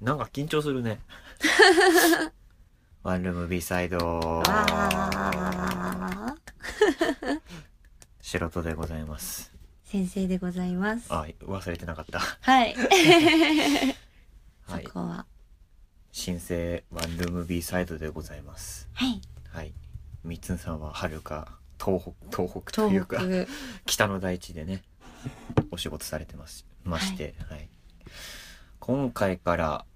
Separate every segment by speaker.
Speaker 1: なんか緊張する ね。ワンルーム B サイド。
Speaker 2: わー
Speaker 1: 素人でございます。
Speaker 2: 先生でございます。
Speaker 1: あ、忘れてなかった。
Speaker 2: はい。
Speaker 1: はい
Speaker 2: そ。こは。
Speaker 1: 新生ワンルーム B サイドでございます。
Speaker 2: はい。
Speaker 1: はい。みっつんさんははるか東北、東北とい
Speaker 2: 東
Speaker 1: うか、
Speaker 2: 北。
Speaker 1: 北の大地でね、お仕事されてますまして、はい。今回から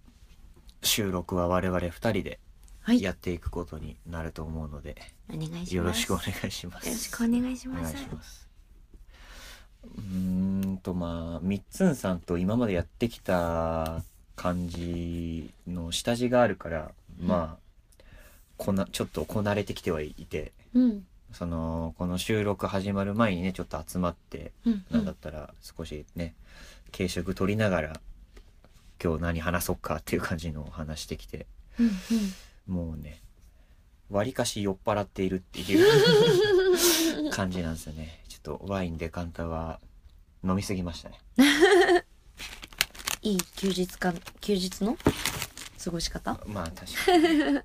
Speaker 1: 収録は我々二人で
Speaker 2: はい。
Speaker 1: やっていくことになると思うので、
Speaker 2: お願いします。
Speaker 1: よろしくお
Speaker 2: よ
Speaker 1: 願いします。
Speaker 2: ろしくお願いし
Speaker 1: お
Speaker 2: ま
Speaker 1: 願い
Speaker 2: す。
Speaker 1: します。うーんとまあみっつんさんと今までやってきた感じの下地があるから、まあこなちょっとこなれてきてはいて
Speaker 2: うん。
Speaker 1: そのこの収録始まる前にねちょっと集まって
Speaker 2: うん。う
Speaker 1: なんだ
Speaker 2: ん
Speaker 1: ったら少しね軽食取りながら今日何話そっかっていう感じのを話してきて
Speaker 2: うん。
Speaker 1: もうねわりかし酔っ払っているっていう 感じなんですよねちょっとワインデカンタは飲みすぎましたね
Speaker 2: いい休日か、休日の過ごし方
Speaker 1: まあ確か に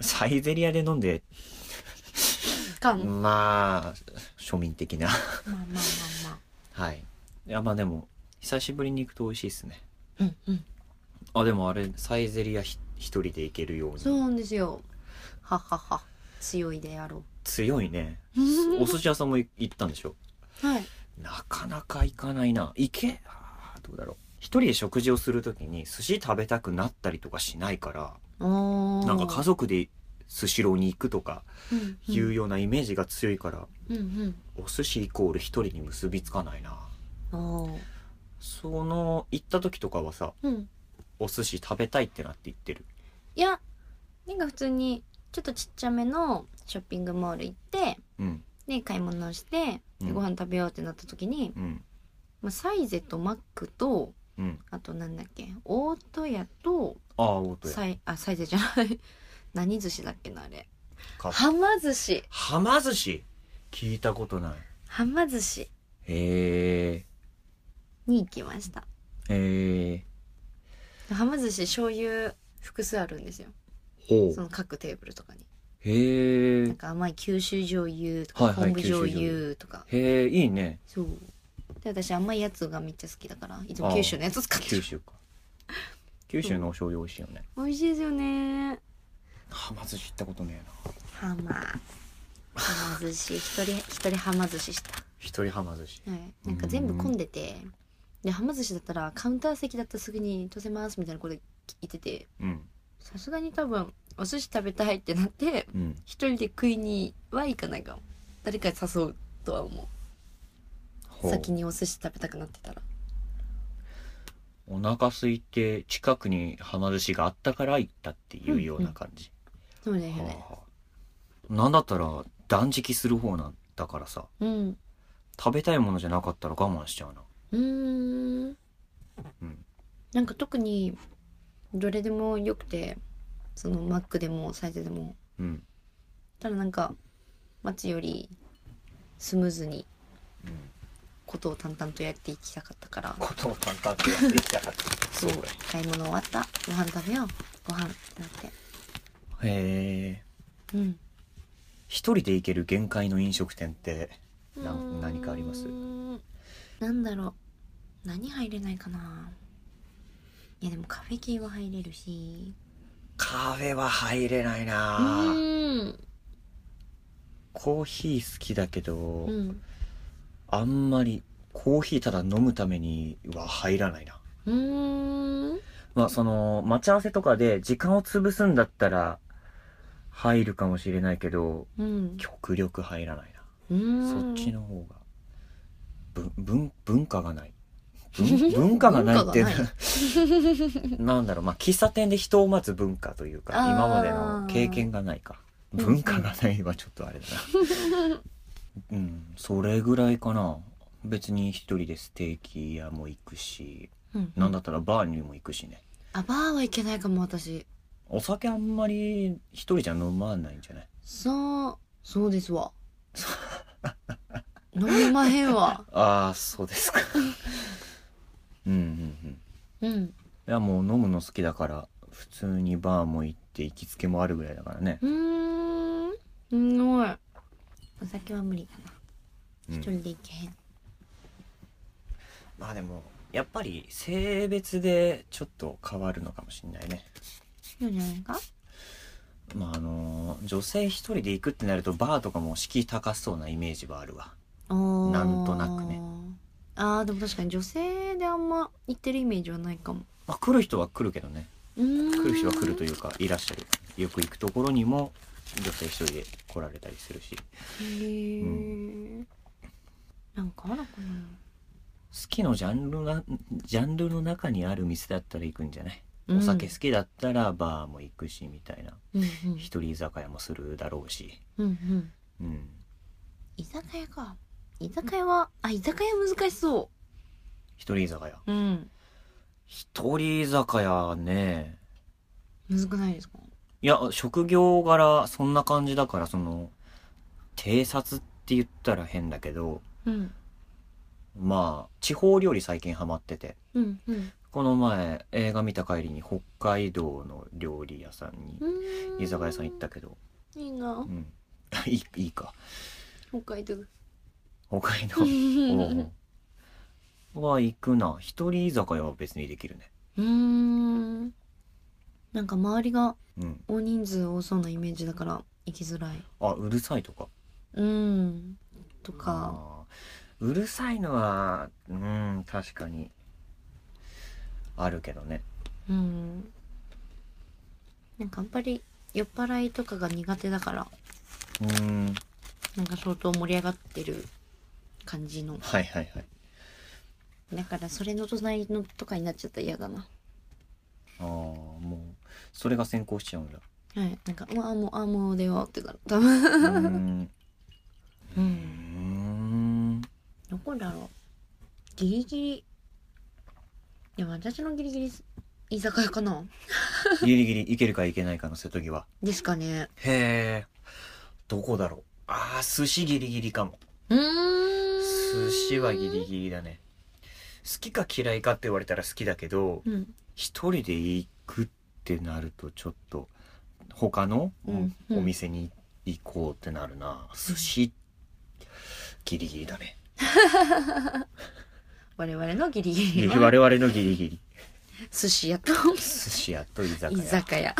Speaker 1: サイゼリアで飲んで
Speaker 2: 感、ま
Speaker 1: まあ庶民的な
Speaker 2: あまあまあま
Speaker 1: はいいやまあでも久しぶりに行くと美味しいですね
Speaker 2: あ。うんうん。
Speaker 1: あでもあれサイゼリアひ一人で行けるよう
Speaker 2: そう
Speaker 1: に
Speaker 2: なんですよ。はっはっは。強いであろ
Speaker 1: 強いね
Speaker 2: う。
Speaker 1: お寿司屋さんもい行ったんでしょ
Speaker 2: はい。
Speaker 1: なかなか行かないな行けあーどうだろう一人で食事をするときに寿司食べたくなったりとかしないから
Speaker 2: おー
Speaker 1: なんか家族でスシローに行くとか
Speaker 2: うんうん
Speaker 1: いうようなイメージが強いから、
Speaker 2: うん
Speaker 1: お寿司イコール一人に結びつかないな
Speaker 2: うん。おー
Speaker 1: その行った時とかはさ
Speaker 2: うん。
Speaker 1: お寿司食べたいってなって言ってる
Speaker 2: いやなんか普通にちょっとちっちゃめのショッピングモール行って
Speaker 1: うん
Speaker 2: で買い物をして
Speaker 1: う
Speaker 2: で
Speaker 1: ん
Speaker 2: ご飯食べようってなった時に、
Speaker 1: うん
Speaker 2: まあ、サイゼとマックと
Speaker 1: うん
Speaker 2: あとなんだっけ大戸屋と
Speaker 1: ああ大戸屋
Speaker 2: サイあサイゼじゃない 何寿司だっけなあれ
Speaker 1: か
Speaker 2: はま寿司
Speaker 1: はま寿司聞いたことない
Speaker 2: はま寿司
Speaker 1: へ
Speaker 2: に行きました
Speaker 1: えへえ
Speaker 2: はま寿司醤油複数あるんですよ
Speaker 1: ほ
Speaker 2: その各テーブルとかに
Speaker 1: へ
Speaker 2: なん
Speaker 1: え
Speaker 2: か甘い九州醤油と
Speaker 1: は
Speaker 2: か
Speaker 1: いはい
Speaker 2: 昆布醤
Speaker 1: 九州醤
Speaker 2: 油とか
Speaker 1: へえいいね
Speaker 2: そうで私甘いやつがめっちゃ好きだからいつも九州のやつ使って
Speaker 1: 九
Speaker 2: る
Speaker 1: 州か九州のお醤油美味しいよね
Speaker 2: 美味しいですよね
Speaker 1: はま寿司行ったことねえな
Speaker 2: ハマはま寿司一人一人はま寿司した、
Speaker 1: 一人はま寿司
Speaker 2: はい、なんか全部混んでてではま寿司だったらカウンター席だったらすぐに「とせます」みたいなこと言ってて
Speaker 1: うん
Speaker 2: さすがに多分お寿司食べたいってなって
Speaker 1: うん
Speaker 2: 一人で食いには行かないかも誰かに誘うとは思う
Speaker 1: ほう
Speaker 2: 先にお寿司食べたくなってたら
Speaker 1: お腹空いて近くにはま寿司があったから行ったっていうような感じ、
Speaker 2: そうですよ
Speaker 1: は
Speaker 2: ね
Speaker 1: あはあなんだったら断食する方なんだからさ
Speaker 2: うん
Speaker 1: 食べたいものじゃなかったら我慢しちゃうな
Speaker 2: うーん
Speaker 1: うん
Speaker 2: なんか特にどれでもよくてそのマックでもサイズでも
Speaker 1: うん
Speaker 2: ただなんか待つよりスムーズに
Speaker 1: うん
Speaker 2: ことを淡々とやっていきたかったから
Speaker 1: ことを淡々とやっていきたかった
Speaker 2: そう買い物終わったご飯食べようご飯ってなって
Speaker 1: へえ
Speaker 2: うん
Speaker 1: 一人で行ける限界の飲食店ってな
Speaker 2: うーん
Speaker 1: 何かあります
Speaker 2: なんだろう何入れないかないやでもカフェ系は入れるし
Speaker 1: カフェは入れないな
Speaker 2: うーん
Speaker 1: コーヒー好きだけど、
Speaker 2: うん
Speaker 1: あんまりコーヒーただ飲むためには入らないな
Speaker 2: うーん
Speaker 1: まあその待ち合わせとかで時間を潰すんだったら入るかもしれないけど
Speaker 2: うん
Speaker 1: 極力入らないなそっ
Speaker 2: そ
Speaker 1: ちの方がぶ文文化が ない文文化がないってな
Speaker 2: 文 化
Speaker 1: なんだろうまあ喫茶店で人を待つ文化というか
Speaker 2: あー
Speaker 1: 今までの経験がないか
Speaker 2: うん
Speaker 1: 文化がないはちょっとあれだ なうんそれぐらいかな別に一人でステーキ屋も行くし
Speaker 2: うん
Speaker 1: なんだったらバーにも行くしね
Speaker 2: あバーはいけないかも私
Speaker 1: お酒あんまり一人じゃ飲まないんじゃない
Speaker 2: そうそうです わ飲みまへんわ
Speaker 1: ああそうですかうんうんうん
Speaker 2: うん
Speaker 1: いやもう飲むの好きだから普通にバーも行って行きつけもあるぐらいだからね、
Speaker 2: うーんすごいお酒は無理だな
Speaker 1: うん
Speaker 2: 一人で行けへん
Speaker 1: まあでもやっぱり性別でちょっと変わるのかもしれないね
Speaker 2: 何何か
Speaker 1: まああの女性一人で行くってなるとバーとかも敷居高そうなイメージはあるわな
Speaker 2: なん
Speaker 1: となくね
Speaker 2: あーでも確かに女性であんま行ってるイメージはないかも
Speaker 1: まあ来る人は来るけどね
Speaker 2: 来
Speaker 1: 来る人は来るといううかいらっしゃるよく行くところにも女性一人で来られたりするし
Speaker 2: へえ、
Speaker 1: う
Speaker 2: なんかあるかな
Speaker 1: 好きのジャンルなジャンルの中にある店だったら行くんじゃない、お酒好きだったらバーも行くしみたいな
Speaker 2: うんうん
Speaker 1: 一人居酒屋もするだろうし
Speaker 2: うんうん
Speaker 1: うん
Speaker 2: 居酒屋か居酒屋はあ居酒屋難しそ
Speaker 1: 一人居酒屋
Speaker 2: ううん
Speaker 1: 一人居酒屋ね
Speaker 2: むずくないですか
Speaker 1: いや職業柄そんな感じだからその偵察って言ったら変だけど
Speaker 2: うん
Speaker 1: まあ地方料理最近ハマってて
Speaker 2: うんうん
Speaker 1: この前映画見た帰りに北海道の料理屋さんに
Speaker 2: うーん
Speaker 1: 居酒屋さん行ったけど、
Speaker 2: いいな
Speaker 1: うん、 いいいいか
Speaker 2: 北海道
Speaker 1: 北海道
Speaker 2: う
Speaker 1: お
Speaker 2: ん
Speaker 1: うは行くな一人居酒屋は別にできるね
Speaker 2: うーんなんか周りが
Speaker 1: うん
Speaker 2: 大人数多そうなイメージだから行きづらい
Speaker 1: あうるさいとか
Speaker 2: うんとか
Speaker 1: あーうるさいのはうん確かにあるけどね
Speaker 2: うんなんかあんまり酔っ払いとかが苦手だから
Speaker 1: うん
Speaker 2: なんか相当盛り上がってる感じの
Speaker 1: はいはいはい
Speaker 2: だからそれの隣のとかになっちゃったら嫌だな
Speaker 1: ああもうそれが先行しちゃうんだ
Speaker 2: はいなんか「うわあもうあもう出よう」ってなる多分
Speaker 1: うーんうー
Speaker 2: う
Speaker 1: ん
Speaker 2: どこだろうギリギリでも私のギリギリ居酒屋かな
Speaker 1: ギリギリ行けるか行けないかの瀬戸際
Speaker 2: ですかね
Speaker 1: へえどこだろうああ寿司ギリギリかも
Speaker 2: うーん
Speaker 1: 寿司はギリギリだね好きか嫌いかって言われたら好きだけど
Speaker 2: うん
Speaker 1: 一人で行くってなるとちょっと他のお,、
Speaker 2: うんうん
Speaker 1: 店に行こうってなるな寿司ギリギリだね
Speaker 2: 我々のギリギリ
Speaker 1: 我
Speaker 2: は
Speaker 1: 々のギリギリ
Speaker 2: 寿司屋と
Speaker 1: 寿司屋と居酒
Speaker 2: 居
Speaker 1: 屋
Speaker 2: 酒屋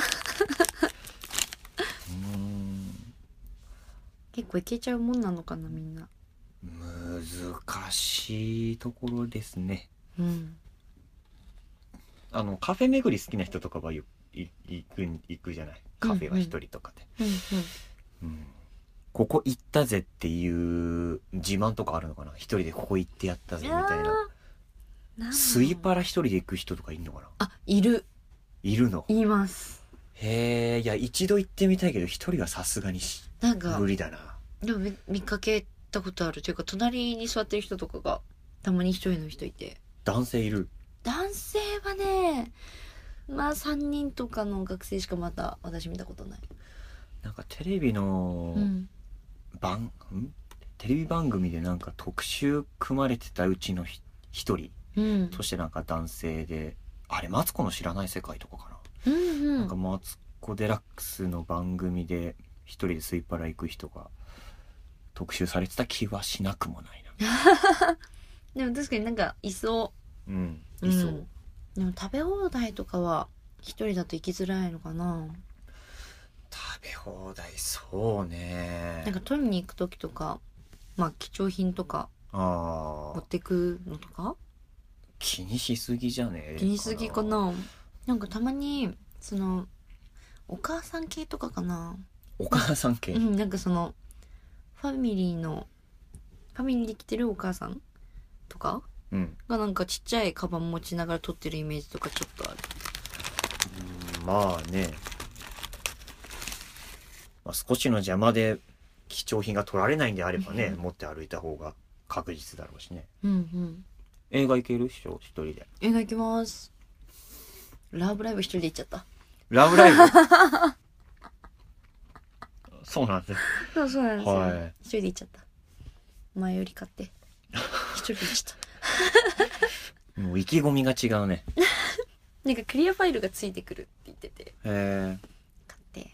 Speaker 1: うーん
Speaker 2: 結構いけちゃうもんなのかなみんな
Speaker 1: 難しいところですね
Speaker 2: うん
Speaker 1: あのカフェ巡り好きな人とかはよい行く行くじゃないカフェは一人とかで、
Speaker 2: うん
Speaker 1: うんここ行ったぜっていう自慢とかあるのかな一人でここ行ってやったぜみたいな。
Speaker 2: うん
Speaker 1: スイパ
Speaker 2: ラ
Speaker 1: ラ一人で行く人とかいるのかな
Speaker 2: あいる
Speaker 1: いるの
Speaker 2: います
Speaker 1: へえ、いや、一度行ってみたいけど、一人はさすがにし
Speaker 2: なんか
Speaker 1: 無理だな。
Speaker 2: でも見見かけたことあるというか隣に座ってる人とかがたまに一人の人いて
Speaker 1: 男性いる。
Speaker 2: 男性はねまあ3人とかの学生しかまだ私見たことない、
Speaker 1: なんかテレビの
Speaker 2: うん、
Speaker 1: 番、んテレビ番組でなんか特集組まれてたうちのひ一人
Speaker 2: うん
Speaker 1: としてなんか男性で、あれ、マツコの知らない世界とかかな。
Speaker 2: うんうん
Speaker 1: なんかマツコ・デラックスの番組で一人でスイパラ行く人が特集されてた気はしなくもないな。
Speaker 2: でも確かになんかいそ
Speaker 1: うん。
Speaker 2: う
Speaker 1: いそう。
Speaker 2: んでも食べ放題とかは一人だと行きづらいのかな
Speaker 1: 食べ放題、そうね
Speaker 2: なん。か取りに行く時とかまあ貴重品とか
Speaker 1: あ
Speaker 2: 持
Speaker 1: あ
Speaker 2: っ、てくのとか
Speaker 1: 気にしすぎじゃねえ
Speaker 2: 気にしすぎかななんかたまにそのお母さん系とかかな
Speaker 1: お母さん系。
Speaker 2: うんなんかそのファミリーのファミリーで来てるお母さんとか
Speaker 1: うん。
Speaker 2: がなんかちっちゃいカバン持ちながら撮ってるイメージとかちょっとある
Speaker 1: まあね。まあ、少しの邪魔で貴重品が取られないんであればね、
Speaker 2: うん
Speaker 1: 持って歩いた方が確実だろうしね。
Speaker 2: うんうん
Speaker 1: 映画行けるっしょ一人で。
Speaker 2: いただきますラブライブ一人で行っちゃった
Speaker 1: ラブライブ そうなんです。
Speaker 2: そうそうなんですよ、
Speaker 1: はい
Speaker 2: 一人で行っちゃった前より買って 一人で行っちゃっ
Speaker 1: もう意気込みが違うね。
Speaker 2: なんかクリアファイルがついてくるって言ってて
Speaker 1: え
Speaker 2: 買って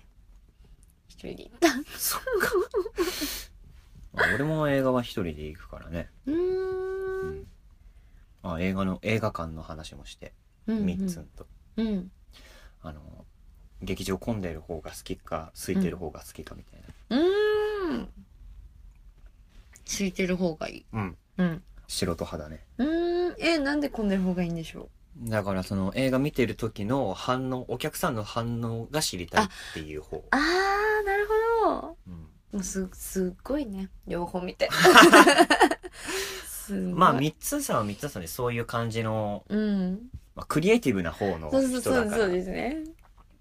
Speaker 2: 一人で行ったそう
Speaker 1: ー、俺も映画は一人で行くからね、
Speaker 2: う
Speaker 1: う
Speaker 2: ーん
Speaker 1: ん、あ映画の映画館の話もして
Speaker 2: うんうん
Speaker 1: みっつんと、
Speaker 2: うん
Speaker 1: あの劇場混んでる方が好きか空いてる方が好きかみたいう
Speaker 2: ーんついてる方がいい
Speaker 1: な、うん、
Speaker 2: うん
Speaker 1: 素人派だね
Speaker 2: うーんえなんで混んでる方がいいんでしょ
Speaker 1: だからその映画見てる時の反応お客さんの反応が知りたいっていう方
Speaker 2: うあーなるほど
Speaker 1: うん
Speaker 2: もうすすっごいね両方 見てすごい
Speaker 1: まあミッツーさんはミッツーさんでそういう感じの、
Speaker 2: うん
Speaker 1: まあ、クリエイティブな方の
Speaker 2: そうそう
Speaker 1: 人
Speaker 2: そ
Speaker 1: だ
Speaker 2: う
Speaker 1: か
Speaker 2: そ
Speaker 1: ら
Speaker 2: うですね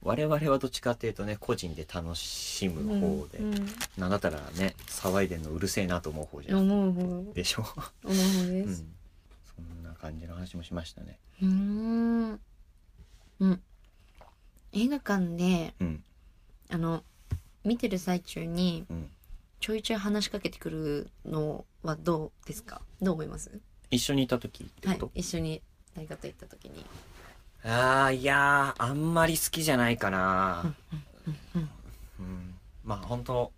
Speaker 1: 我々はどっちかっていうとね個人で楽しむ方で、
Speaker 2: うん
Speaker 1: なんだったらね騒いでんのうるせえなと思う方じ
Speaker 2: うん、
Speaker 1: ゃん、
Speaker 2: 思う方
Speaker 1: でしょ、
Speaker 2: 思う方
Speaker 1: う
Speaker 2: で
Speaker 1: ん、
Speaker 2: す
Speaker 1: そんな感じの話もしましたね
Speaker 2: うーんうん映画館で
Speaker 1: うん
Speaker 2: あの見てる最中に
Speaker 1: うん
Speaker 2: ちょいちょい話しかけてくるのはどうですかどう思います
Speaker 1: 一緒にいた時って
Speaker 2: は
Speaker 1: こ
Speaker 2: い
Speaker 1: と、
Speaker 2: 一緒に誰かと行った時に
Speaker 1: ああいやーあんまり好きじゃないかな
Speaker 2: うんうん
Speaker 1: うんまあ本当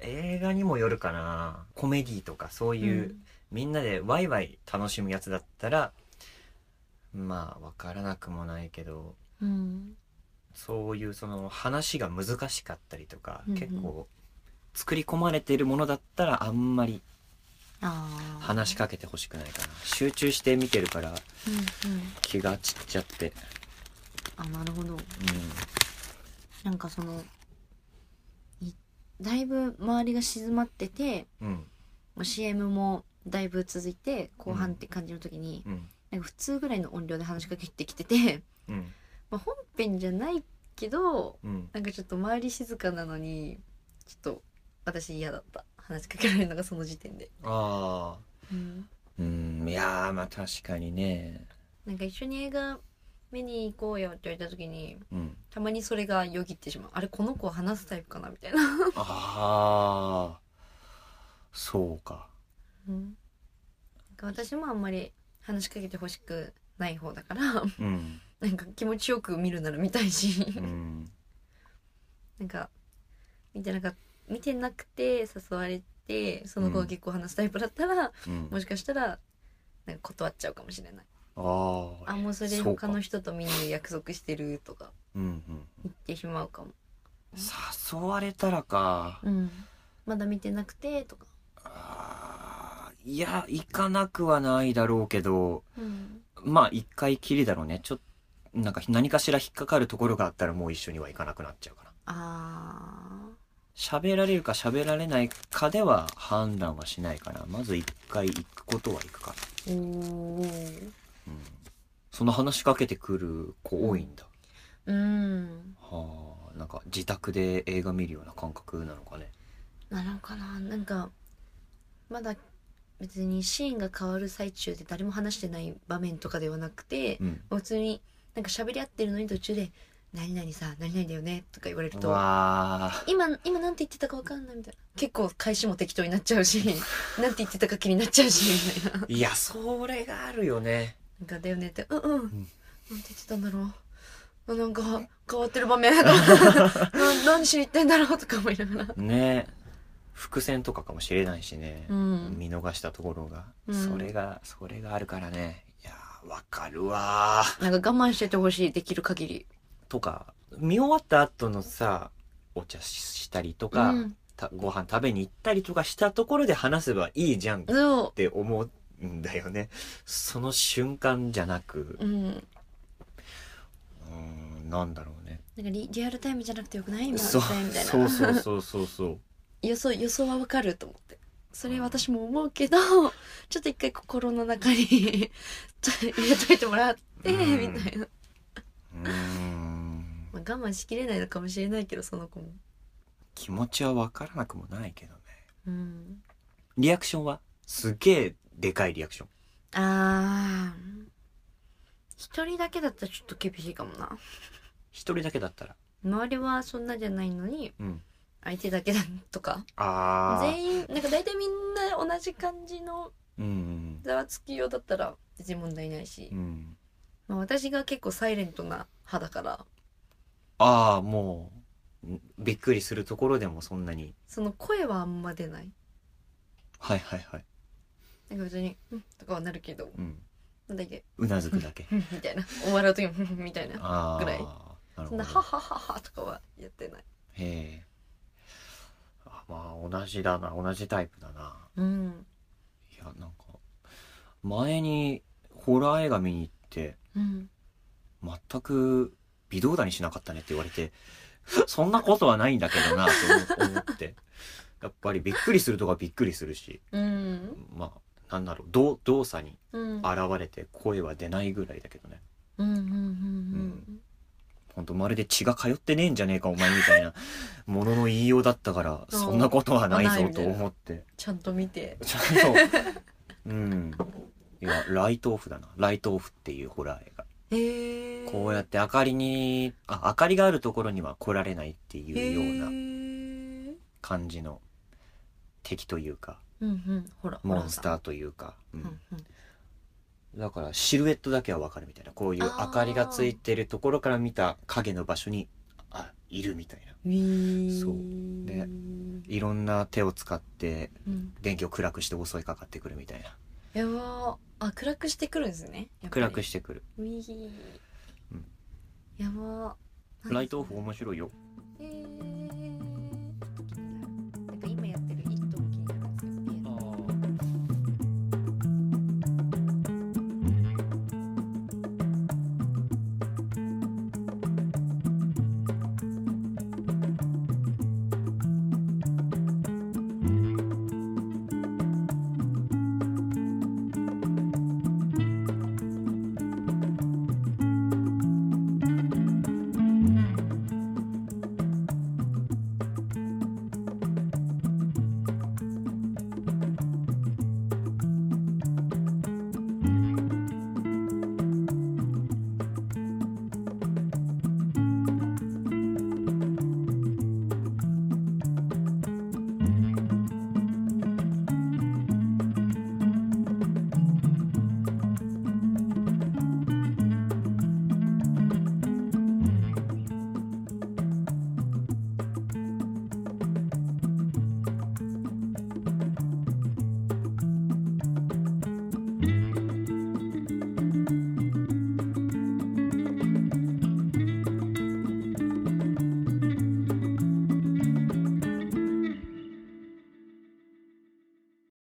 Speaker 1: 映画にもよるかなコメディとかそういう、みんなでワイワイ楽しむやつだったらまあわからなくもないけど
Speaker 2: うん
Speaker 1: そういうその話が難しかったりとか、
Speaker 2: うんうん
Speaker 1: 結構作り込まれているものだったらあんまり
Speaker 2: ああ
Speaker 1: 話しかけてほしくないかな集中して見てるから
Speaker 2: うんうん
Speaker 1: 気が散っちゃって
Speaker 2: あなるほど
Speaker 1: う
Speaker 2: なんかそのいだいぶ周りが静まってて
Speaker 1: んうん
Speaker 2: もう CM もだいぶ続いて後半って感じの時に、
Speaker 1: うん
Speaker 2: なんか普通ぐらいの音量で話しかけてきてて、
Speaker 1: うん
Speaker 2: まあ、本編じゃないけど
Speaker 1: うん
Speaker 2: なんかちょっと周り静かなのにちょっと私嫌だった話しかけられるのがその時点で、
Speaker 1: ああ
Speaker 2: うん、
Speaker 1: うんいやーまあ確かにね
Speaker 2: なんか一緒に映画見に行こうよって言われた時に
Speaker 1: うん
Speaker 2: たまにそれがよぎってしまうあれこの子は話すタイプかなみたいな、
Speaker 1: ああそうか
Speaker 2: うん、なんか私もあんまり話しかけてほしくない方だから
Speaker 1: うん
Speaker 2: なんか気持ちよく見るなら見たいし
Speaker 1: うん
Speaker 2: なんか見てなか見てなくて誘われてその
Speaker 1: う
Speaker 2: 子が
Speaker 1: ん
Speaker 2: 結構話すタイプだったら、
Speaker 1: うん
Speaker 2: もしかしたらなんか断っちゃうかもしれない
Speaker 1: ああ
Speaker 2: あもうそれ
Speaker 1: そう
Speaker 2: 他
Speaker 1: か
Speaker 2: の人と見に約束してるとか
Speaker 1: うんうん
Speaker 2: 言ってしまうかも
Speaker 1: 誘われたらか
Speaker 2: うんまだ見てなくてとか
Speaker 1: あーいや行かなくはないだろうけど
Speaker 2: うん
Speaker 1: まあ一回きりだろうねちょっとなんか何かしら引っかかるところがあったらもう一緒には行かなくなっちゃうかな
Speaker 2: あ
Speaker 1: 喋られるか喋られないかでは判断はしないかなまず一回行くことは行くかな
Speaker 2: ーおー
Speaker 1: うんその話しかけてくる子多いんだ、
Speaker 2: うん
Speaker 1: はあなんか自宅で映画見るような感覚なのかね
Speaker 2: なのかななんかまだ別にシーンが変わる最中で誰も話してない場面とかではなくて、
Speaker 1: うん
Speaker 2: 普通になんか喋り合ってるのに途中で「何々さ何々だよね」とか言われる
Speaker 1: う
Speaker 2: と
Speaker 1: わ
Speaker 2: 「今今なんて言ってたか分かんない」みたいな結構返しも適当になっちゃうし なんて言ってたか気になっちゃうしみたいな
Speaker 1: ーいやそれがあるよね
Speaker 2: なんか「だよね」って「うんうん、
Speaker 1: ん
Speaker 2: なんて言ってたんだろうあなんか変わってる場 面な何しに行ってんだろう」とか思いながら
Speaker 1: ね伏線とかかもしれないしね、
Speaker 2: うん
Speaker 1: 見逃したところが、
Speaker 2: うん
Speaker 1: それがそれがあるからねいやーわかるわー
Speaker 2: なんか我慢しててほしいできる限り
Speaker 1: とか見終わった後のさお茶ししたりとか、
Speaker 2: うん、
Speaker 1: たご飯食べに行ったりとかしたところで話せばいいじゃんっ
Speaker 2: そ
Speaker 1: て思うんだよねその瞬間じゃなく
Speaker 2: ううん
Speaker 1: うーんなんだろうね
Speaker 2: なんかリリアルタイムじゃなくてよくない今み
Speaker 1: そう
Speaker 2: たいな
Speaker 1: そうそうそうそうそう
Speaker 2: 予想予想はわかると思ってそれ私も思うけどちょっと一回心の中に ちょっと入れといてもらってみ
Speaker 1: うん
Speaker 2: たいな、
Speaker 1: うーん
Speaker 2: まあ、我慢しきれないのかもしれないけどその子も
Speaker 1: 気持ちは分からなくもないけどね
Speaker 2: うん
Speaker 1: リアクションはすげえでかいリアクション
Speaker 2: あー一人だけだったらちょっと厳しいかもな
Speaker 1: 一人だけだったら
Speaker 2: 周りはそんなじゃないのに
Speaker 1: うん
Speaker 2: 相手だけだとか
Speaker 1: ああ
Speaker 2: 全員なんか大体みんな同じ感じの
Speaker 1: うん
Speaker 2: ざわつきようだったら別に問題ないし
Speaker 1: うん
Speaker 2: まあ、私が結構サイレントな派だから
Speaker 1: ああもうんびっくりするところでもそんなに
Speaker 2: その声はあんま出ない
Speaker 1: はいはいはい
Speaker 2: なんか別に「うん」とかはなるけど
Speaker 1: うん
Speaker 2: なんだっけ
Speaker 1: うなずくだ け
Speaker 2: 「うん」みたいな終わる時も「うん」みたいな
Speaker 1: ああ
Speaker 2: ぐらい
Speaker 1: なるほ
Speaker 2: そん
Speaker 1: ど
Speaker 2: な「はははは」とかはやってない
Speaker 1: へえあまあ同じだな同じタイプだな
Speaker 2: うん
Speaker 1: いやなんか前にホラー映画見に行って
Speaker 2: うん
Speaker 1: 全く微動だにしなかったねって言われて そんなことはないんだけどなと思ってやっぱりびっくりするとかびっくりするし
Speaker 2: うん
Speaker 1: まあなんだろう動動作に
Speaker 2: うん
Speaker 1: 現れて声は出ないぐらいだけどね
Speaker 2: うんうんうん
Speaker 1: ほんとまるで血が通ってねえんじゃねえかお前みたいなものの言いようだったから
Speaker 2: うん
Speaker 1: そんなことはない
Speaker 2: ない
Speaker 1: ぞ
Speaker 2: み
Speaker 1: と
Speaker 2: たいな
Speaker 1: 思って
Speaker 2: ちゃんと見て
Speaker 1: ちゃんとうんいやライトオフだなライトオフっていうホラー映画
Speaker 2: へえ
Speaker 1: こうやって明かりにあ明かりがあるところには来られないっていうような
Speaker 2: へえ
Speaker 1: 感じの敵というか
Speaker 2: うんうんほら
Speaker 1: モンス
Speaker 2: ー
Speaker 1: ターというか、う
Speaker 2: うんんうん
Speaker 1: だからシルエットだけはわかるみたいなこういう明かりがついてるところから見た影の場所にあいるみたいな
Speaker 2: ウィーン
Speaker 1: そうねいろんな手を使って
Speaker 2: うん
Speaker 1: 電気を暗くして襲いかかってくるみたいな
Speaker 2: やばーあ暗くしてくるんですねやっぱり
Speaker 1: 暗くしてくる
Speaker 2: ウィー
Speaker 1: うん
Speaker 2: やばー
Speaker 1: ライトオフ面白いよ
Speaker 2: えー